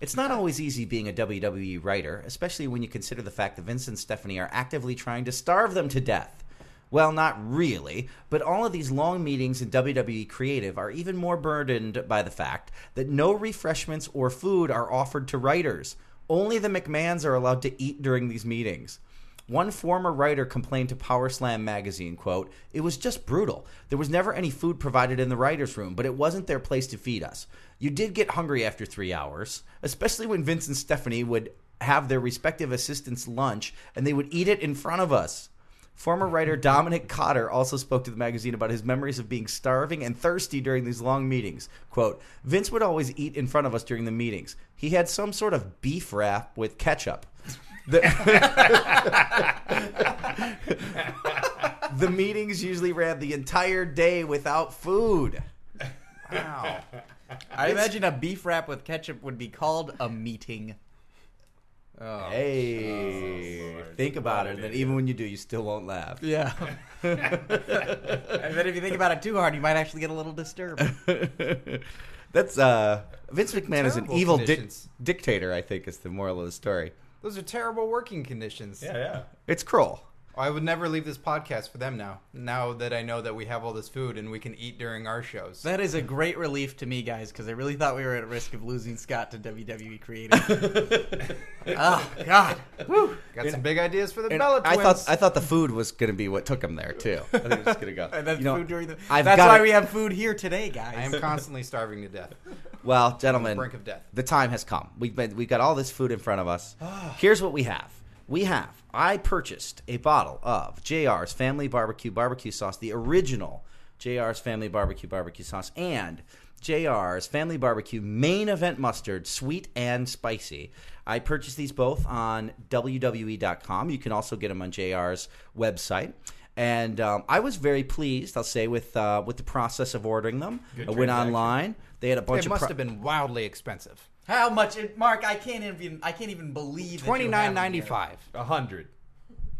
Speaker 1: It's not always easy being a WWE writer, especially when you consider the fact that Vince and Stephanie are actively trying to starve them to death. Well, not really, but all of these long meetings in WWE Creative are even more burdened by the fact that no refreshments or food are offered to writers. Only the McMahons are allowed to eat during these meetings. One former writer complained to Power Slam magazine, quote, "It was just brutal. There was never any food provided in the writers' room, but it wasn't their place to feed us. You did get hungry after 3 hours, especially when Vince and Stephanie would have their respective assistants' lunch and they would eat it in front of us." Former writer Dominic Cotter also spoke to the magazine about his memories of being starving and thirsty during these long meetings. Quote, Vince would always eat in front of us during the meetings. He had some sort of beef wrap with ketchup. The, the meetings usually ran the entire day without food.
Speaker 3: Wow.
Speaker 2: I imagine a beef wrap with ketchup would be called a meeting.
Speaker 3: Oh,
Speaker 1: hey, think about it. That even when you do, you still won't laugh.
Speaker 2: Yeah. and then if you think about it too hard, you might actually get a little disturbed.
Speaker 1: That's uh, Vince McMahon is an
Speaker 3: Terrible
Speaker 1: evil dic-
Speaker 3: conditions.
Speaker 1: dictator. I think is the moral of the story.
Speaker 3: Those are terrible working conditions.
Speaker 5: Yeah, yeah.
Speaker 1: It's cruel.
Speaker 3: I would never leave this podcast for them now. Now that I know that we have all this food and we can eat during our shows.
Speaker 2: That is a great relief to me, guys, because I really thought we were at risk of losing Scott to WWE Creative. oh God! Woo.
Speaker 3: Got some big ideas for the
Speaker 1: And
Speaker 3: Bella
Speaker 1: I
Speaker 3: Twins.
Speaker 1: thought I thought the food was going to be what took him there too. I think it was going to go.
Speaker 2: And that's
Speaker 1: You know,
Speaker 2: food during the.
Speaker 1: I've
Speaker 2: that's
Speaker 1: got
Speaker 2: why
Speaker 1: it.
Speaker 2: we have food here today,
Speaker 3: I
Speaker 2: guys.
Speaker 3: am constantly starving to death.
Speaker 1: Well, gentlemen,
Speaker 3: brink of death.
Speaker 1: the time has come. We've been we've got all this food in front of us.
Speaker 3: Ah.
Speaker 1: Here's what we have. We have. I purchased a bottle of JR's Family Barbecue barbecue sauce, the original JR's Family Barbecue barbecue sauce, and JR's Family Barbecue main event mustard, sweet and spicy. I purchased these both on WWE.com. You can also get them on JR's website. And um, I was very pleased, I'll say, with uh, with the process of ordering them. I went online. They had a bunch
Speaker 3: It
Speaker 1: of
Speaker 3: must
Speaker 1: pro-
Speaker 3: have been wildly expensive.
Speaker 2: How much, it, Mark? I can't even. I can't even believe. that you have
Speaker 3: Twenty
Speaker 2: them
Speaker 3: nine
Speaker 2: here.
Speaker 3: ninety five.
Speaker 5: A hundred.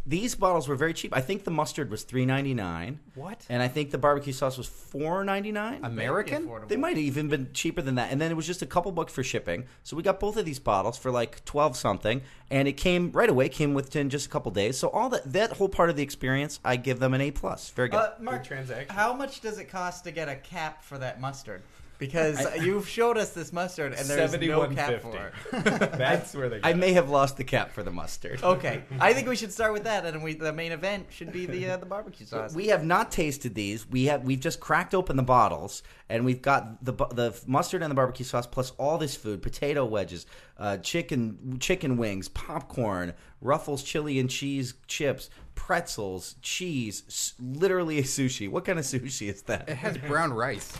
Speaker 1: these bottles were very cheap. I think the mustard was three ninety nine.
Speaker 3: What?
Speaker 1: And I think the barbecue sauce was four ninety nine.
Speaker 3: American?
Speaker 2: Affordable.
Speaker 1: They might have even been cheaper than that. And then it was just a couple bucks for shipping. So we got both of these bottles for like twelve something, and it came right away. Came within just a couple days. So all that that whole part of the experience, I give them an A plus. Very good.
Speaker 2: Uh, Mark,
Speaker 5: transaction.
Speaker 2: how much does it cost to get a cap for that mustard? Because you've showed us this mustard, and there's no
Speaker 5: Seventy-one
Speaker 2: cap
Speaker 5: fifty.
Speaker 2: for it.
Speaker 5: That's where they. Got
Speaker 1: I may have lost the cap for the mustard.
Speaker 2: Okay, I think we should start with that, and we, the main event should be the uh, the barbecue sauce.
Speaker 1: We have not tasted these. We have we've just cracked open the bottles, and we've got the bu- the mustard and the barbecue sauce, plus all this food: potato wedges, uh, chicken chicken wings, popcorn, Ruffles chili and cheese chips, pretzels, cheese, s- literally a sushi. What kind of sushi is
Speaker 3: It
Speaker 1: that?
Speaker 3: has brown rice.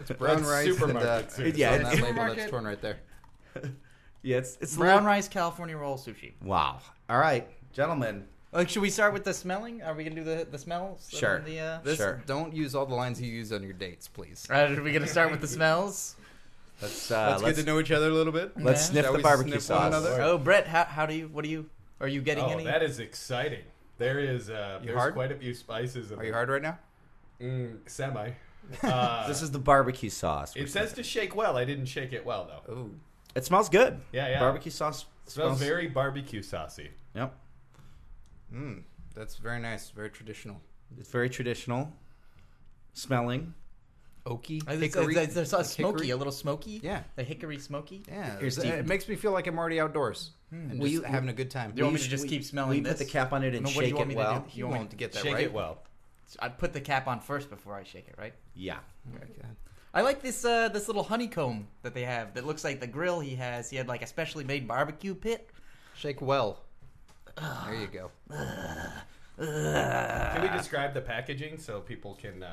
Speaker 3: It's brown
Speaker 5: That's
Speaker 3: rice.
Speaker 5: supermarket
Speaker 3: and, uh,
Speaker 5: soup.
Speaker 3: it's
Speaker 1: Yeah,
Speaker 3: on
Speaker 1: it's
Speaker 3: that label
Speaker 2: supermarket.
Speaker 3: that's torn right there.
Speaker 1: Yeah, it's it's
Speaker 2: Brown rice California roll sushi.
Speaker 1: Wow. All right, gentlemen.
Speaker 2: Like, should we start with the smelling? Are we gonna do the the smells? and
Speaker 1: Sure.
Speaker 2: The, uh...
Speaker 1: This- Sure.
Speaker 3: Don't use all the lines you use on your dates, please.
Speaker 2: Uh, are we gonna start with the smells?
Speaker 1: Let's uh,
Speaker 3: It's
Speaker 1: let's,
Speaker 3: good to know each other a little bit.
Speaker 1: let's
Speaker 2: Yeah.
Speaker 1: sniff
Speaker 3: Shall
Speaker 1: the
Speaker 3: we
Speaker 1: barbecue
Speaker 3: sniff one
Speaker 1: sauce.
Speaker 3: another?
Speaker 2: Oh, Brett, how, how do you? What do you? Are you getting
Speaker 5: Oh,
Speaker 2: any?
Speaker 5: that is exciting. There is uh, there's
Speaker 3: hard?
Speaker 5: quite a few spices. In
Speaker 3: Are you
Speaker 5: there.
Speaker 3: hard right now?
Speaker 5: Mm, semi. Uh,
Speaker 1: This is the barbecue sauce.
Speaker 5: it says to shake well. I didn't shake it well though.
Speaker 3: Ooh.
Speaker 1: It smells good.
Speaker 5: Yeah, yeah.
Speaker 1: Barbecue sauce
Speaker 5: It smells very barbecue saucy.
Speaker 1: Yep.
Speaker 3: Mm, that's very nice. Very traditional.
Speaker 1: It's very traditional smelling.
Speaker 3: Oaky.
Speaker 2: Is it-
Speaker 3: hickory-
Speaker 2: is it- is it smoky,
Speaker 3: hickory?
Speaker 2: a little smoky.
Speaker 3: Yeah.
Speaker 2: the hickory smoky.
Speaker 3: Yeah.
Speaker 1: Here's
Speaker 3: it- it
Speaker 1: Steve.
Speaker 3: makes me feel like I'm already outdoors and
Speaker 1: Will
Speaker 3: just
Speaker 1: you-
Speaker 3: having a good time.
Speaker 2: You want me
Speaker 1: We-
Speaker 2: to just
Speaker 1: we-
Speaker 2: keep smelling
Speaker 1: we put
Speaker 2: this?
Speaker 1: the cap on it and
Speaker 2: No, what do
Speaker 1: shake
Speaker 2: you want
Speaker 1: it
Speaker 2: me to do?
Speaker 1: well.
Speaker 2: You want me to get that
Speaker 5: shake
Speaker 2: right?
Speaker 5: it well.
Speaker 2: I put the cap on first before I shake it, right?
Speaker 1: Yeah.
Speaker 2: I like this uh, this little honeycomb that they have that looks like the grill he has. He had like a specially made barbecue pit.
Speaker 3: Shake well. There you go.
Speaker 5: Can we describe the packaging so people can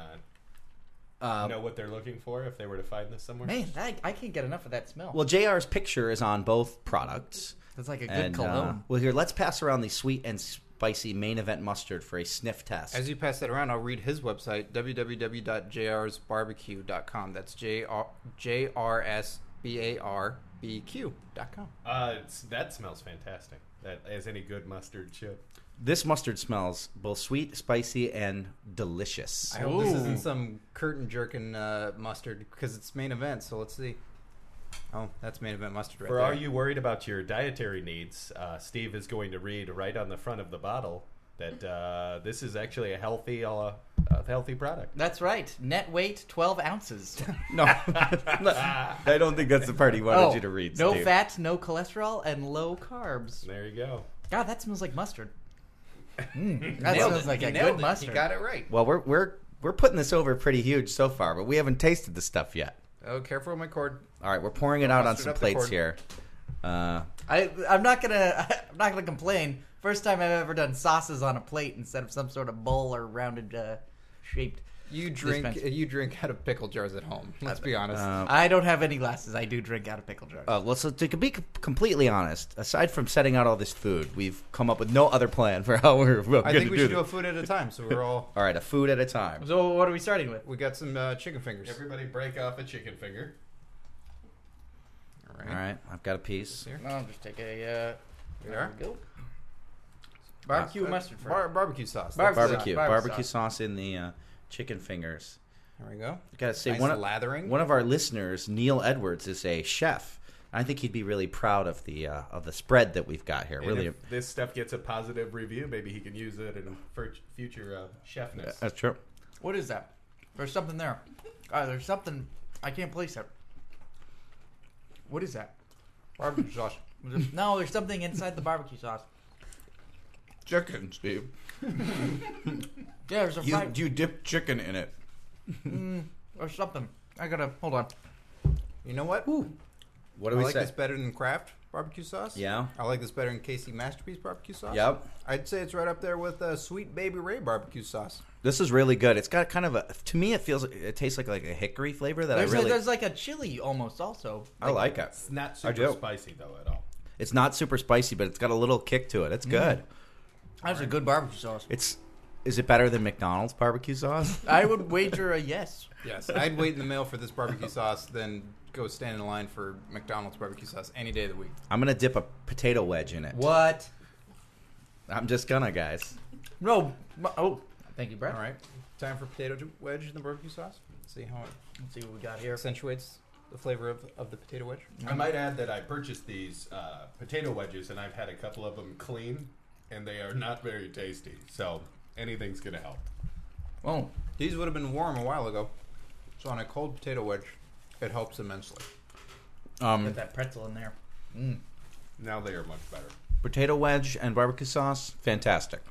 Speaker 5: uh, know what they're looking for if they were to find this somewhere?
Speaker 2: Man, I, I can't get enough of that smell.
Speaker 1: Well, JR's picture is on both products.
Speaker 2: That's like a good
Speaker 1: And, uh,
Speaker 2: cologne.
Speaker 1: well, here, let's pass around the sweet and spicy main event mustard for a sniff test.
Speaker 3: As you pass that around, I'll read his website, www.jrsbarbecue.com. That's J R J R S B A R B Q dot com.
Speaker 5: Uh, it's, that smells fantastic. That as any good mustard should.
Speaker 1: this mustard smells both sweet, spicy, and delicious.
Speaker 3: I hope this
Speaker 2: Ooh.
Speaker 3: isn't some curtain jerking uh, mustard because it's main event. So let's see. Oh, that's main event mustard right
Speaker 5: For
Speaker 3: there.
Speaker 5: all you worried about your dietary needs, uh, Steve is going to read right on the front of the bottle that uh, this is actually a healthy, uh, uh, healthy product.
Speaker 2: That's right. Net weight twelve ounces.
Speaker 1: no, I don't think that's the part he wanted
Speaker 2: oh,
Speaker 1: you to read.
Speaker 2: no
Speaker 1: Steve.
Speaker 2: fat, no cholesterol, and low carbs.
Speaker 5: There you go.
Speaker 2: God, that smells like mustard. Mm, that
Speaker 3: Nailed
Speaker 2: smells
Speaker 3: it.
Speaker 2: like
Speaker 3: He
Speaker 2: a
Speaker 3: nailed
Speaker 2: good
Speaker 3: it.
Speaker 2: mustard.
Speaker 3: He got it right.
Speaker 1: Well, we're we're we're putting this over pretty huge so far, but we haven't tasted the stuff yet.
Speaker 3: Oh, careful with my cord.
Speaker 1: All right, we're pouring it out on
Speaker 3: mustard
Speaker 1: some
Speaker 3: up the
Speaker 1: plates
Speaker 3: cord.
Speaker 1: here. Uh,
Speaker 2: I, I'm not gonna. I'm not gonna complain. First time I've ever done sauces on a plate instead of some sort of bowl or rounded uh, shaped.
Speaker 3: You drink.
Speaker 2: Dispenser.
Speaker 3: You drink out of pickle jars at home. Let's be honest.
Speaker 1: Oh.
Speaker 2: I don't have any glasses. I do drink out of pickle jars.
Speaker 1: uh, well, so to be c- completely honest, aside from setting out all this food, we've come up with no other plan for how we're, we're
Speaker 3: I
Speaker 1: going
Speaker 3: think
Speaker 1: to
Speaker 3: we
Speaker 1: do
Speaker 3: should do a
Speaker 1: this.
Speaker 3: food at a time. So we're all.
Speaker 1: All right, a food at a time.
Speaker 2: so what are we starting with?
Speaker 3: We got some uh, chicken fingers.
Speaker 5: Everybody, break off a chicken finger.
Speaker 3: All
Speaker 1: All right, I've got a piece.
Speaker 3: Here.
Speaker 2: I'll just take a. Uh,
Speaker 3: Here we are.
Speaker 2: go. Barbecue mustard. first.
Speaker 3: Bar- barbecue sauce.
Speaker 2: Barbecue
Speaker 3: That's
Speaker 1: Barbecue,
Speaker 3: it.
Speaker 2: Barbecue sauce.
Speaker 1: barbecue sauce in the uh, chicken fingers.
Speaker 3: There we go.
Speaker 1: I gotta say,
Speaker 3: Nice
Speaker 1: one of,
Speaker 3: lathering.
Speaker 1: one of our listeners, Neil Edwards, is a chef. I think he'd be really proud of the uh, of the spread that we've got here.
Speaker 5: And
Speaker 1: really,
Speaker 5: if this stuff gets a positive review, maybe he can use it in fur- future uh, chefness.
Speaker 1: that's true.
Speaker 2: What is that? There's something there. Uh, there's something. I can't place it. What is that?
Speaker 3: Barbecue sauce.
Speaker 2: No, there's something inside the barbecue sauce.
Speaker 1: Chicken, Steve.
Speaker 2: Yeah, there's a fried,
Speaker 1: you dip chicken in it.
Speaker 2: there's something. I gotta hold on.
Speaker 3: You know what?
Speaker 1: What do
Speaker 3: I
Speaker 1: we
Speaker 3: like
Speaker 1: say?
Speaker 3: this better than Kraft barbecue sauce.
Speaker 1: Yeah.
Speaker 3: I like this better than Casey Masterpiece barbecue sauce.
Speaker 1: Yep.
Speaker 3: I'd say it's right up there with uh, Sweet Baby Ray barbecue sauce.
Speaker 1: This is really good. It's got kind of a. To me, it feels. It tastes like like a hickory flavor that
Speaker 2: There's,
Speaker 1: I
Speaker 2: a,
Speaker 1: really.
Speaker 2: there's like a chili almost also.
Speaker 1: I like it.
Speaker 5: It's not
Speaker 1: I
Speaker 5: super
Speaker 1: do.
Speaker 5: spicy though at all.
Speaker 1: It's not super spicy, but it's got a little kick to it. It's good.
Speaker 2: That's a good barbecue sauce.
Speaker 1: It's. Is it better than McDonald's barbecue sauce?
Speaker 2: I would wager a yes.
Speaker 3: Yes. I'd wait in the mail for this barbecue sauce than go stand in line for McDonald's barbecue sauce any day of the week.
Speaker 1: I'm gonna dip a potato wedge in it.
Speaker 2: What?
Speaker 1: I'm just gonna, guys.
Speaker 2: No. m- Oh, thank you, Brett.
Speaker 3: All right. Time for potato ju- wedge in the barbecue sauce. See how it
Speaker 2: Let's see what we got here.
Speaker 3: accentuates the flavor of, of the potato wedge.
Speaker 5: I might add that I purchased these uh, potato wedges, and I've had a couple of them clean, and they are not very tasty. So anything's gonna help.
Speaker 2: Oh,
Speaker 3: These would have been warm a while ago. So on a cold potato wedge, it helps immensely.
Speaker 1: Um,
Speaker 2: put that pretzel in there.
Speaker 5: Now they are much better.
Speaker 1: potato wedge and barbecue sauce, fantastic.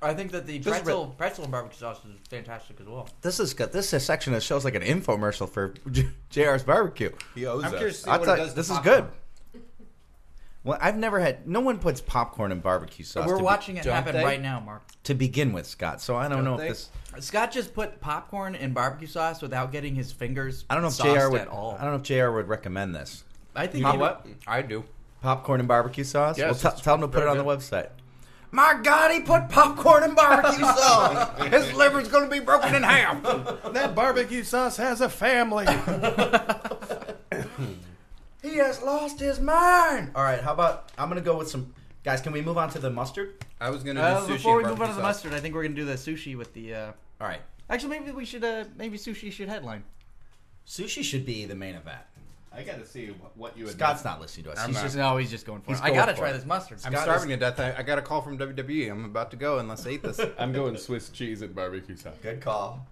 Speaker 2: I think that the
Speaker 1: Just a
Speaker 2: pretzel, pretzel and barbecue sauce is fantastic as well.
Speaker 1: This is good. This is a section that shows like an infomercial for J- JR's barbecue.
Speaker 5: He owes
Speaker 3: I'm
Speaker 5: us.
Speaker 3: curious to see
Speaker 1: I
Speaker 3: what
Speaker 1: thought
Speaker 3: it does to
Speaker 1: this is
Speaker 3: popcorn.
Speaker 1: good. Well, I've never had. No one puts popcorn in barbecue sauce.
Speaker 2: We're
Speaker 1: to be-
Speaker 2: watching it
Speaker 3: don't
Speaker 2: happen
Speaker 3: they?
Speaker 2: right now, Mark.
Speaker 1: to begin with, Scott. So I don't,
Speaker 3: Don't
Speaker 1: know
Speaker 3: they?
Speaker 1: if this.
Speaker 2: Scott just put popcorn in barbecue sauce without getting his fingers.
Speaker 1: I don't know if
Speaker 2: sauced
Speaker 1: JR would.
Speaker 2: at all.
Speaker 1: I don't know if JR would recommend this
Speaker 2: I think
Speaker 3: You
Speaker 2: he would-
Speaker 3: know what? I do.
Speaker 1: popcorn and barbecue sauce.
Speaker 3: Yes,
Speaker 1: well, t-
Speaker 3: it's
Speaker 1: tell him to put it
Speaker 3: very
Speaker 1: on the
Speaker 3: good.
Speaker 1: website. My God, he put popcorn and barbecue sauce.
Speaker 3: His liver's going to be broken in half.
Speaker 5: that barbecue sauce has a family.
Speaker 1: He has lost his mind. All right, how about I'm gonna go with some Guys, can we move on to the mustard?
Speaker 3: I was gonna do
Speaker 2: Uh,
Speaker 3: sushi.
Speaker 2: before we
Speaker 3: and
Speaker 2: move on to the
Speaker 3: barbecue sauce.
Speaker 2: mustard, I think we're gonna do the sushi with the. Uh...
Speaker 1: All right.
Speaker 2: Actually, maybe we should. Uh, maybe sushi should headline.
Speaker 1: Sushi should be the main event.
Speaker 5: I gotta see wh- what you.
Speaker 1: Scott's not listening to us.
Speaker 2: he's
Speaker 1: He's
Speaker 2: just always just going for it. I
Speaker 3: going
Speaker 2: gotta
Speaker 3: for
Speaker 2: try
Speaker 3: it.
Speaker 2: this mustard.
Speaker 3: I'm
Speaker 1: Scott
Speaker 3: starving
Speaker 1: is-
Speaker 3: to death. I, I got a call from WWE. I'm about to go unless I eat this.
Speaker 5: I'm going Swiss cheese and barbecue sauce.
Speaker 1: Good call.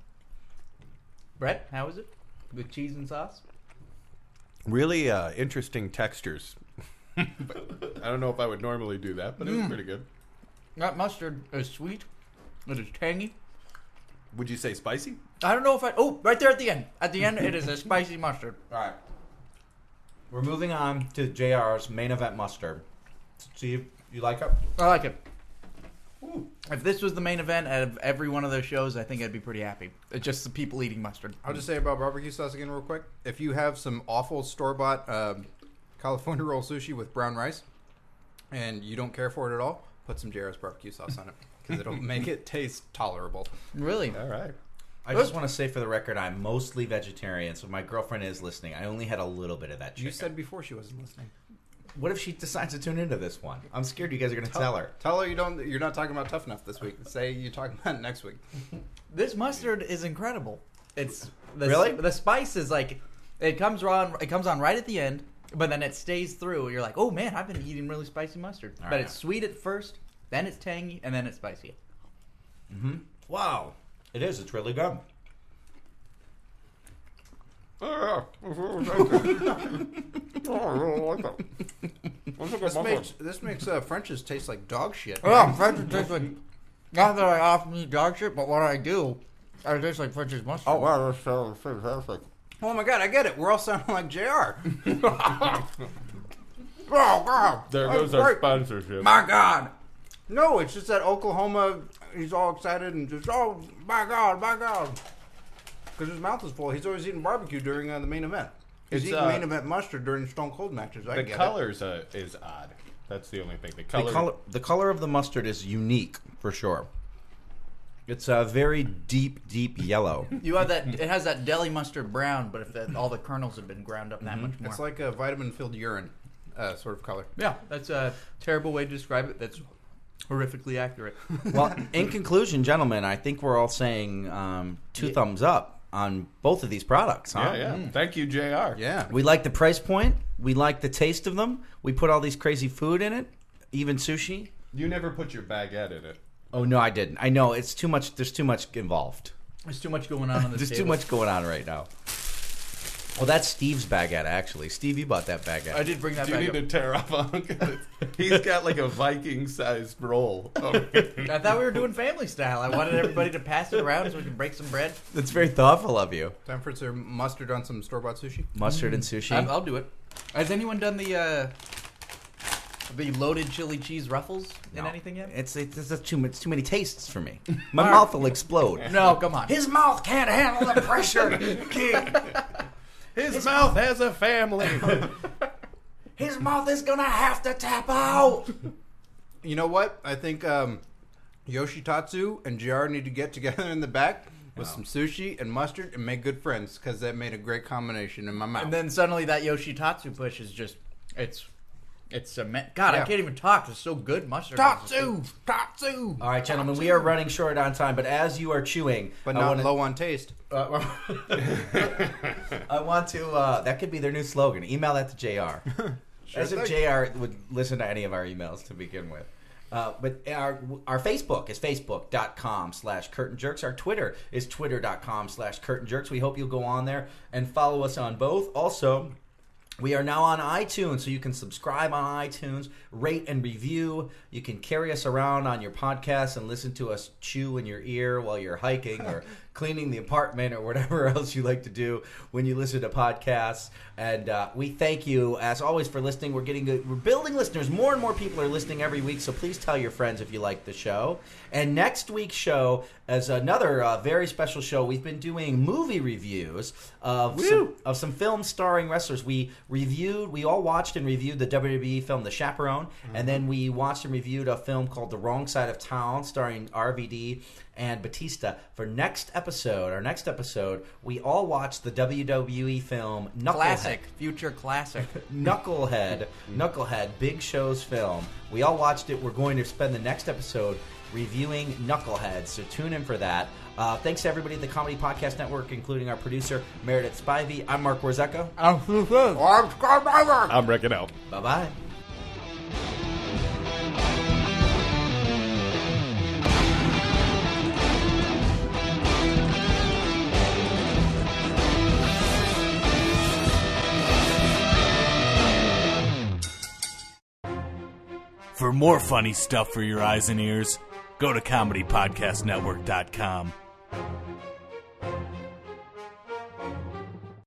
Speaker 2: Brett, how is it? With cheese and sauce.
Speaker 5: Really uh, interesting textures. But I don't know if I would normally do that, but it was pretty good.
Speaker 2: That mustard is sweet. It is tangy.
Speaker 5: Would you say spicy?
Speaker 2: I don't know if I. Oh, right there at the end. At the end, it is a spicy mustard.
Speaker 1: All right. We're moving on to JR's main event mustard. Steve, you like it?
Speaker 2: I like it. If this was the main event out of every one of those shows, I think I'd be pretty happy. It's just the people eating mustard.
Speaker 3: I'll just say about barbecue sauce again, real quick. If you have some awful store bought um, California roll sushi with brown rice and you don't care for it at all, put some JR's barbecue sauce on it because it'll make it taste tolerable.
Speaker 2: Really?
Speaker 5: All right.
Speaker 1: I just want to say for the record, I'm mostly vegetarian, so my girlfriend is listening. I only had a little bit of that chicken.
Speaker 3: You said before she wasn't listening.
Speaker 1: what if she decides to tune into this one? I'm scared you guys are going to tell her.
Speaker 3: Tell her you don't. You're not talking about tough enough this week. Say you're talking about it next week.
Speaker 2: This mustard is incredible. It's the,
Speaker 1: Really?
Speaker 2: the spice is like it comes on it comes on right at the end, but then it stays through. You're like, oh man, I've been eating really spicy mustard.
Speaker 1: All
Speaker 2: but
Speaker 1: right.
Speaker 2: it's sweet at first, then it's tangy, and then it's spicy.
Speaker 1: Wow. It is. It's really good.
Speaker 5: Oh, yeah. I really like that. That's a good
Speaker 3: This
Speaker 5: muffin.
Speaker 3: makes this makes uh, French's taste like dog shit.
Speaker 2: Oh, French is just like not that I often eat dog shit, but what I do, I taste like French's mustard.
Speaker 5: Oh, wow, that sounds fantastic.
Speaker 3: Oh my god, I get it. We're all sounding like Jr.
Speaker 5: Oh, God. There goes our
Speaker 3: Right.
Speaker 5: sponsorship.
Speaker 3: My God. No, it's just that Oklahoma. He's all excited and just oh my God, my God, because his mouth is full. He's always eating barbecue during uh, the main event. He's
Speaker 5: It's,
Speaker 3: eating
Speaker 5: uh,
Speaker 3: main event mustard during Stone Cold matches. I
Speaker 5: the
Speaker 3: get
Speaker 5: colors uh, is odd. That's the only thing. The color.
Speaker 1: The color, the color of the mustard is unique for sure. It's a very deep, deep yellow.
Speaker 2: You have that. It has that deli mustard brown, but if that, all the kernels had been ground up that much
Speaker 3: it.
Speaker 2: more.
Speaker 3: It's like a vitamin filled urine uh, sort of color.
Speaker 2: yeah, that's a terrible way to describe it. That's horrifically accurate.
Speaker 1: well, in conclusion, gentlemen, I think we're all saying um, two thumbs up on both of these products. Huh? Mm.
Speaker 5: Yeah, yeah. Thank you, JR.
Speaker 3: Yeah.
Speaker 1: We like the price point. We like the taste of them. We put all these crazy food in it, even sushi.
Speaker 5: You never put your baguette in it.
Speaker 1: Oh no, I didn't. I know it's too much. There's too much involved.
Speaker 2: There's too much going on on this.
Speaker 1: There's too
Speaker 2: table.
Speaker 1: much going on right now. Well, that's Steve's baguette actually. Steve, you bought that baguette.
Speaker 2: I did bring that
Speaker 5: Do you
Speaker 2: back.
Speaker 5: need to tear off a hunk of this? He's got like a Viking sized roll. over here.
Speaker 2: up. I thought we were doing family style. I wanted everybody to pass it around so we can break some bread.
Speaker 1: That's very thoughtful of you.
Speaker 3: Time for some mustard on some store bought sushi.
Speaker 1: Mustard and sushi.
Speaker 2: I'm, I'll do it. Has anyone done the uh, the loaded chili cheese ruffles in
Speaker 1: No.
Speaker 2: anything yet?
Speaker 1: It's it's, it's too it's too many tastes for me. My mouth will explode.
Speaker 2: No, come on.
Speaker 1: His mouth can't handle the pressure.
Speaker 5: His mouth has a family.
Speaker 1: His mouth is gonna have to tap out.
Speaker 3: You know what? I think um, Yoshitatsu and JR need to get together in the back with some sushi and mustard and make good friends because that made a great combination in my mouth.
Speaker 2: And then suddenly that Yoshitatsu push is just it's it's cement. God, I
Speaker 3: Yeah.
Speaker 2: can't even talk. It's so good mustard.
Speaker 3: Tatsu! Tatsu!
Speaker 1: All right, gentlemen, we are running short on time, but as you are chewing,
Speaker 3: but
Speaker 1: I
Speaker 3: not
Speaker 1: wanna-
Speaker 3: low on taste.
Speaker 1: Uh, I want to. Uh, that could be their new slogan. Email that to Jr. As if Jr. would listen to any of our emails to begin with. Uh, but our our Facebook is facebook.com slash curtain jerks. Our Twitter is twitter.com slash curtain jerks. We hope you'll go on there and follow us on both. Also, we are now on iTunes, so you can subscribe on iTunes, rate and review. You can carry us around on your podcast and listen to us chew in your ear while you're hiking or cleaning the apartment or whatever else you like to do when you listen to podcasts. And uh, we thank you, as always, for listening. We're getting good. We're building listeners. More and more people are listening every week, so please tell your friends if you like the show. And next week's show is another uh, very special show. We've been doing movie reviews of some, of some films starring wrestlers. We reviewed. We all watched and reviewed the WWE film The Chaperone, and then we watched and reviewed a film called The Wrong Side of Town, starring RVD and Batista. For next episode, our next episode, we all watched the WWE film Knucklehead.
Speaker 2: Classic, future classic.
Speaker 1: Knucklehead, Knucklehead, Big Show's film. We all watched it. We're going to spend the next episode reviewing Knucklehead, so tune in for that. Uh, thanks to everybody at the Comedy Podcast Network, including our producer, Meredith Spivey. I'm Mark Warzeko.
Speaker 5: I'm wrecking out.
Speaker 1: Bye bye.
Speaker 6: For more funny stuff for your eyes and ears, go to ComedyPodcastNetwork.com.